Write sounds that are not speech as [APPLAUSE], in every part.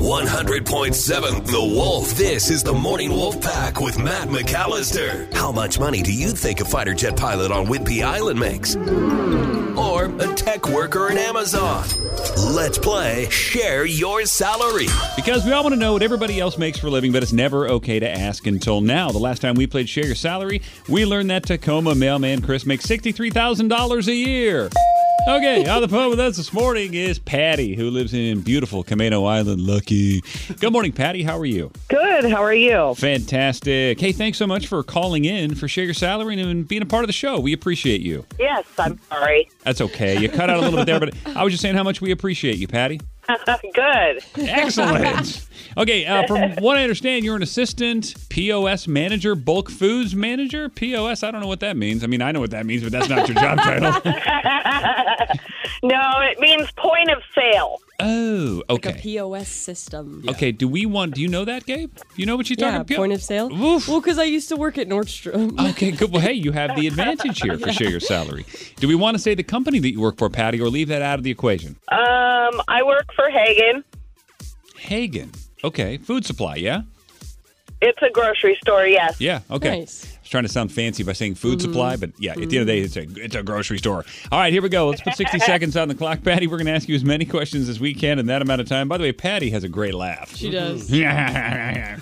100.7 The Wolf. This is the Morning Wolf Pack with Matt McAllister. How much money do you think a fighter jet pilot on Whidbey Island makes? Or a tech worker in Amazon? Let's play Share Your Salary. Because we all want to know what everybody else makes for a living, but it's never okay to ask until now. The last time we played Share Your Salary, we learned that Tacoma mailman Chris makes $63,000 a year. Okay, on the phone with us this morning is Patty, who lives in beautiful Camino Island. Lucky. Good morning, Patty. How are you? Good. How are you? Fantastic. Hey, thanks so much for calling in for Share Your Salary and being a part of the show. We appreciate you. Yes, I'm sorry. That's okay. You cut out a little bit there, but I was just saying how much we appreciate you, Patty. Good. Excellent. [LAUGHS] Okay, uh, from what I understand, you're an assistant POS manager, bulk foods manager. POS, I don't know what that means. I mean, I know what that means, but that's not your job [LAUGHS] title. No, it means point of sale. oh, Like a okay. POS system. Okay, do we want, do you know that, Gabe? You know what you're Yeah, talking about? point of sale. Oof. Uh, Well, because I used to work at Nordstrom. Okay, good. Well, hey, you have the advantage here for [LAUGHS] share your salary. Do we want to say the company that you work for, Patty, or leave that out of the equation? Um, I work for Hagen. Hagen. Okay, food supply, yeah? It's a grocery store. Yes. Yeah. Okay. Nice. Mm-hmm. I was trying to sound fancy by saying food supply, but yeah, at the end of the day, it's a it's a grocery store. All right, here we go. Let's put [LAUGHS] 60 seconds on the clock, Patty. We're going to ask you as many questions as we can in that amount of time. By the way, Patty has a great laugh. She does. yeah,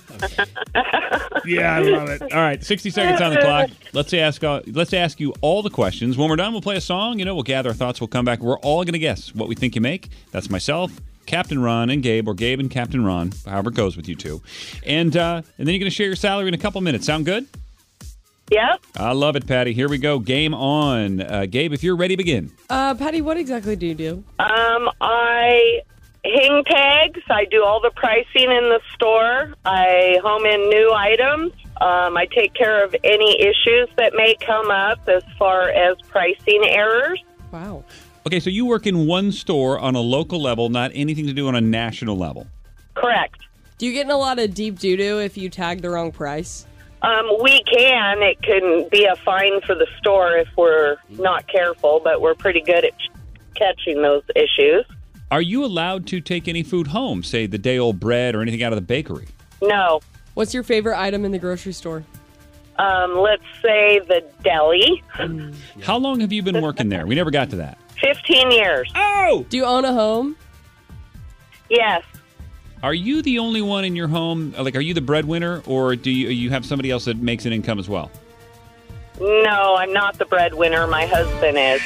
I love it. All right, 60 seconds on the clock. Let's ask uh, let's ask you all the questions. When we're done, we'll play a song. You know, we'll gather our thoughts. We'll come back. We're all going to guess what we think you make. That's myself, Captain Ron, and Gabe, or Gabe and Captain Ron, however it goes with you two. And uh, and then you're going to share your salary in a couple minutes. Sound good? Yep. I love it, Patty. Here we go. Game on. Uh, Gabe, if you're ready, begin. Uh, Patty, what exactly do you do? Um, I hang tags. I do all the pricing in the store. I home in new items. Um, I take care of any issues that may come up as far as pricing errors. Wow. Okay, so you work in one store on a local level, not anything to do on a national level. Correct. Do you get in a lot of deep doo doo if you tag the wrong price? Um, we can. It can be a fine for the store if we're not careful, but we're pretty good at catching those issues. Are you allowed to take any food home, say the day old bread or anything out of the bakery? No. What's your favorite item in the grocery store? Um, let's say the deli. How long have you been working there? We never got to that. 15 years. Oh! Do you own a home? Yes. Are you the only one in your home? Like, are you the breadwinner, or do you, you have somebody else that makes an income as well? No, I'm not the breadwinner. My husband is.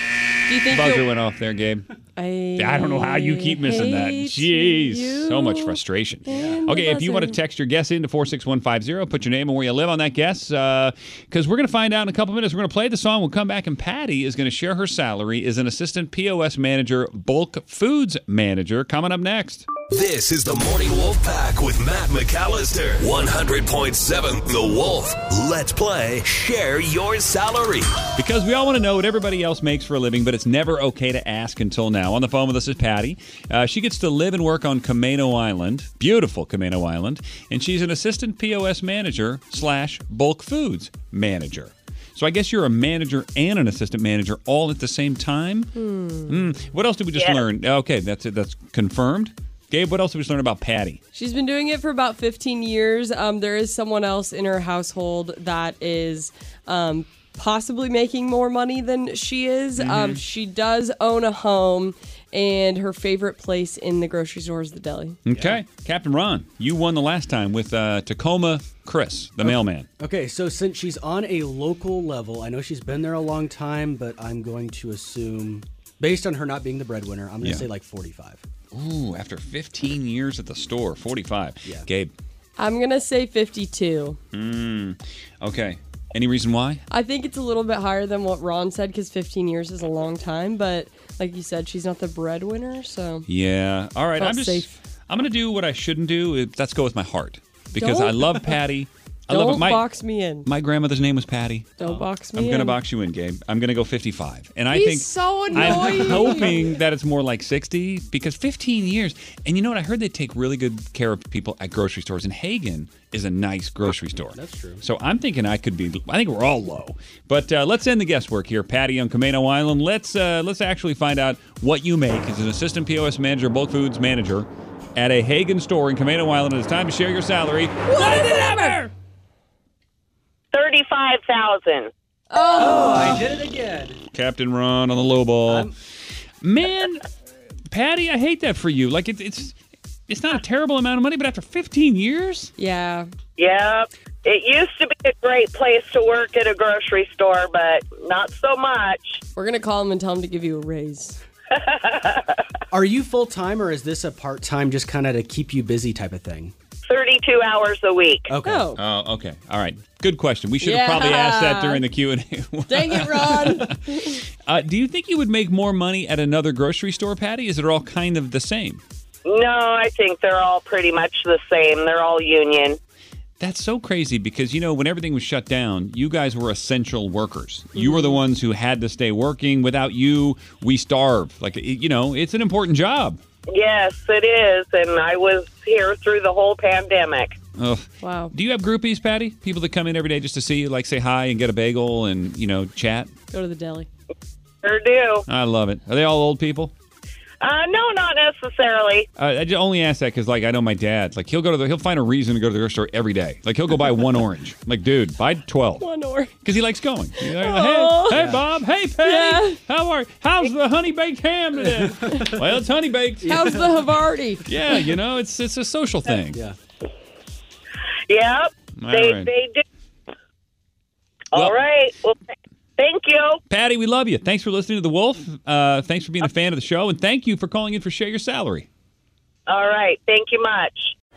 Do you think Buzzer you'll- went off there, Gabe. I, I don't know how you keep missing that. hate Jeez, you. so much frustration. and Okay, if you want to buzzing. text your guess into 46150, put your name and where you live on that guess, because we're going to find out in a couple minutes. We're going to play the song. We'll come back, and Patty is going to share her salary as an assistant POS manager, bulk foods manager. Coming up next. This is the Morning Wolf Pack with Matt McAllister. 100.7 The Wolf. Let's play Share Your Salary. Because we all want to know what everybody else makes for a living, but it's never okay to ask until now. On the phone with us is Patty. Uh, she gets to live and work on Kameno Island, beautiful Kameno Island, and she's an assistant POS manager slash bulk foods manager. So I guess you're a manager and an assistant manager all at the same time. Hmm. What else did we just Yeah. learn? Okay, that's it. That's confirmed. Gabe, what else did we just learn about Patty? She's been doing it for about 15 years. Um, there is someone else in her household that is um, possibly making more money than she is. Mm-hmm. Um, she does own a home, and her favorite place in the grocery store is the deli. Okay, Captain Ron, you won the last time with uh, Tacoma Chris, the mailman. Okay, so since she's on a local level, I know she's been there a long time, but I'm going to assume, based on her not being the breadwinner, I'm going to Yeah. say like 45. Ooh, after 15 years at the store, 45. Yeah. Gabe, I'm going to say 52. okay. Any reason why? I think it's a little bit higher than what Ron said because 15 years is a long time, but like you said, she's not the breadwinner, so Yeah. All right. Felt I'm just safe. I'm going to do what I shouldn't do. It- Let's go with my heart because Don't- I love Patty. I Don't love it. My, box me in. my grandmother's name was Patty. Don't box me I'm going to in. box you in, Gabe. I'm going to go 55. And I He's think so I'm annoying. hoping that it's more like 60 because 15 years. And you know what? I heard they take really good care of people at grocery stores, and Hagen is a nice grocery store. That's true. So I'm thinking I could be. I think we're all low. But uh, let's end the guesswork here, Patty on Kameno Island. Let's uh, let's actually find out what you make as an assistant POS manager, bulk foods manager. At a Hagen store in Kameno Island, and it's time to share your salary. What is it ever? 35000 I did it again. Captain Ron on the low ball. Man, Patty, I hate that for you. Like it, it's it's not a terrible amount of money, but after 15 years, Yeah. Yep. It used to be a great place to work at a grocery store, but not so much. We're going to call him and tell him to give you a raise. Are you full time or is this a part time, just kind of to keep you busy type of thing? 32 hours a week. Okay. Oh. oh, okay, all right, good question. We should have probably Yeah. asked that during the Q and A. [LAUGHS] Dang it, Ron. Uh, do you think you would make more money at another grocery store, Patty? Is it all kind of the same? No, I think they're all pretty much the same. They're all union. That's so crazy because you know when everything was shut down, you guys were essential workers. You were the ones who had to stay working. Without you, we starve. Like it- you know, it's an important job. Yes, it is. And I was here through the whole pandemic. Ugh. Wow. Do you have groupies, Patty? People that come in every day just to see you, like say hi and get a bagel and, you know, chat? Go to the deli. Sure do. I love it. Are they all old people? Uh, no, not necessarily. Uh, I ju- only ask that because, like, I know my dad. Like, he'll go to the, he'll find a reason to go to the grocery store every day. Like, he'll go buy one orange. Like, dude, buy 12. One or. Because he likes going. He's like, Aw. hey, hey, Bob. Hey, Patty. How are How's the honey baked ham today? well, it's honey baked. How's the Havarti? Yeah, you know, it's it's a social thing. Yeah. Yep. All they, right. they do. Well- all right. Well, th- thank you. Patty, we love you. Thanks for listening to The Wolf. Uh, thanks for being a fan of the show. And thank you for calling in for Share Your Salary. All right. Thank you much.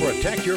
Protect your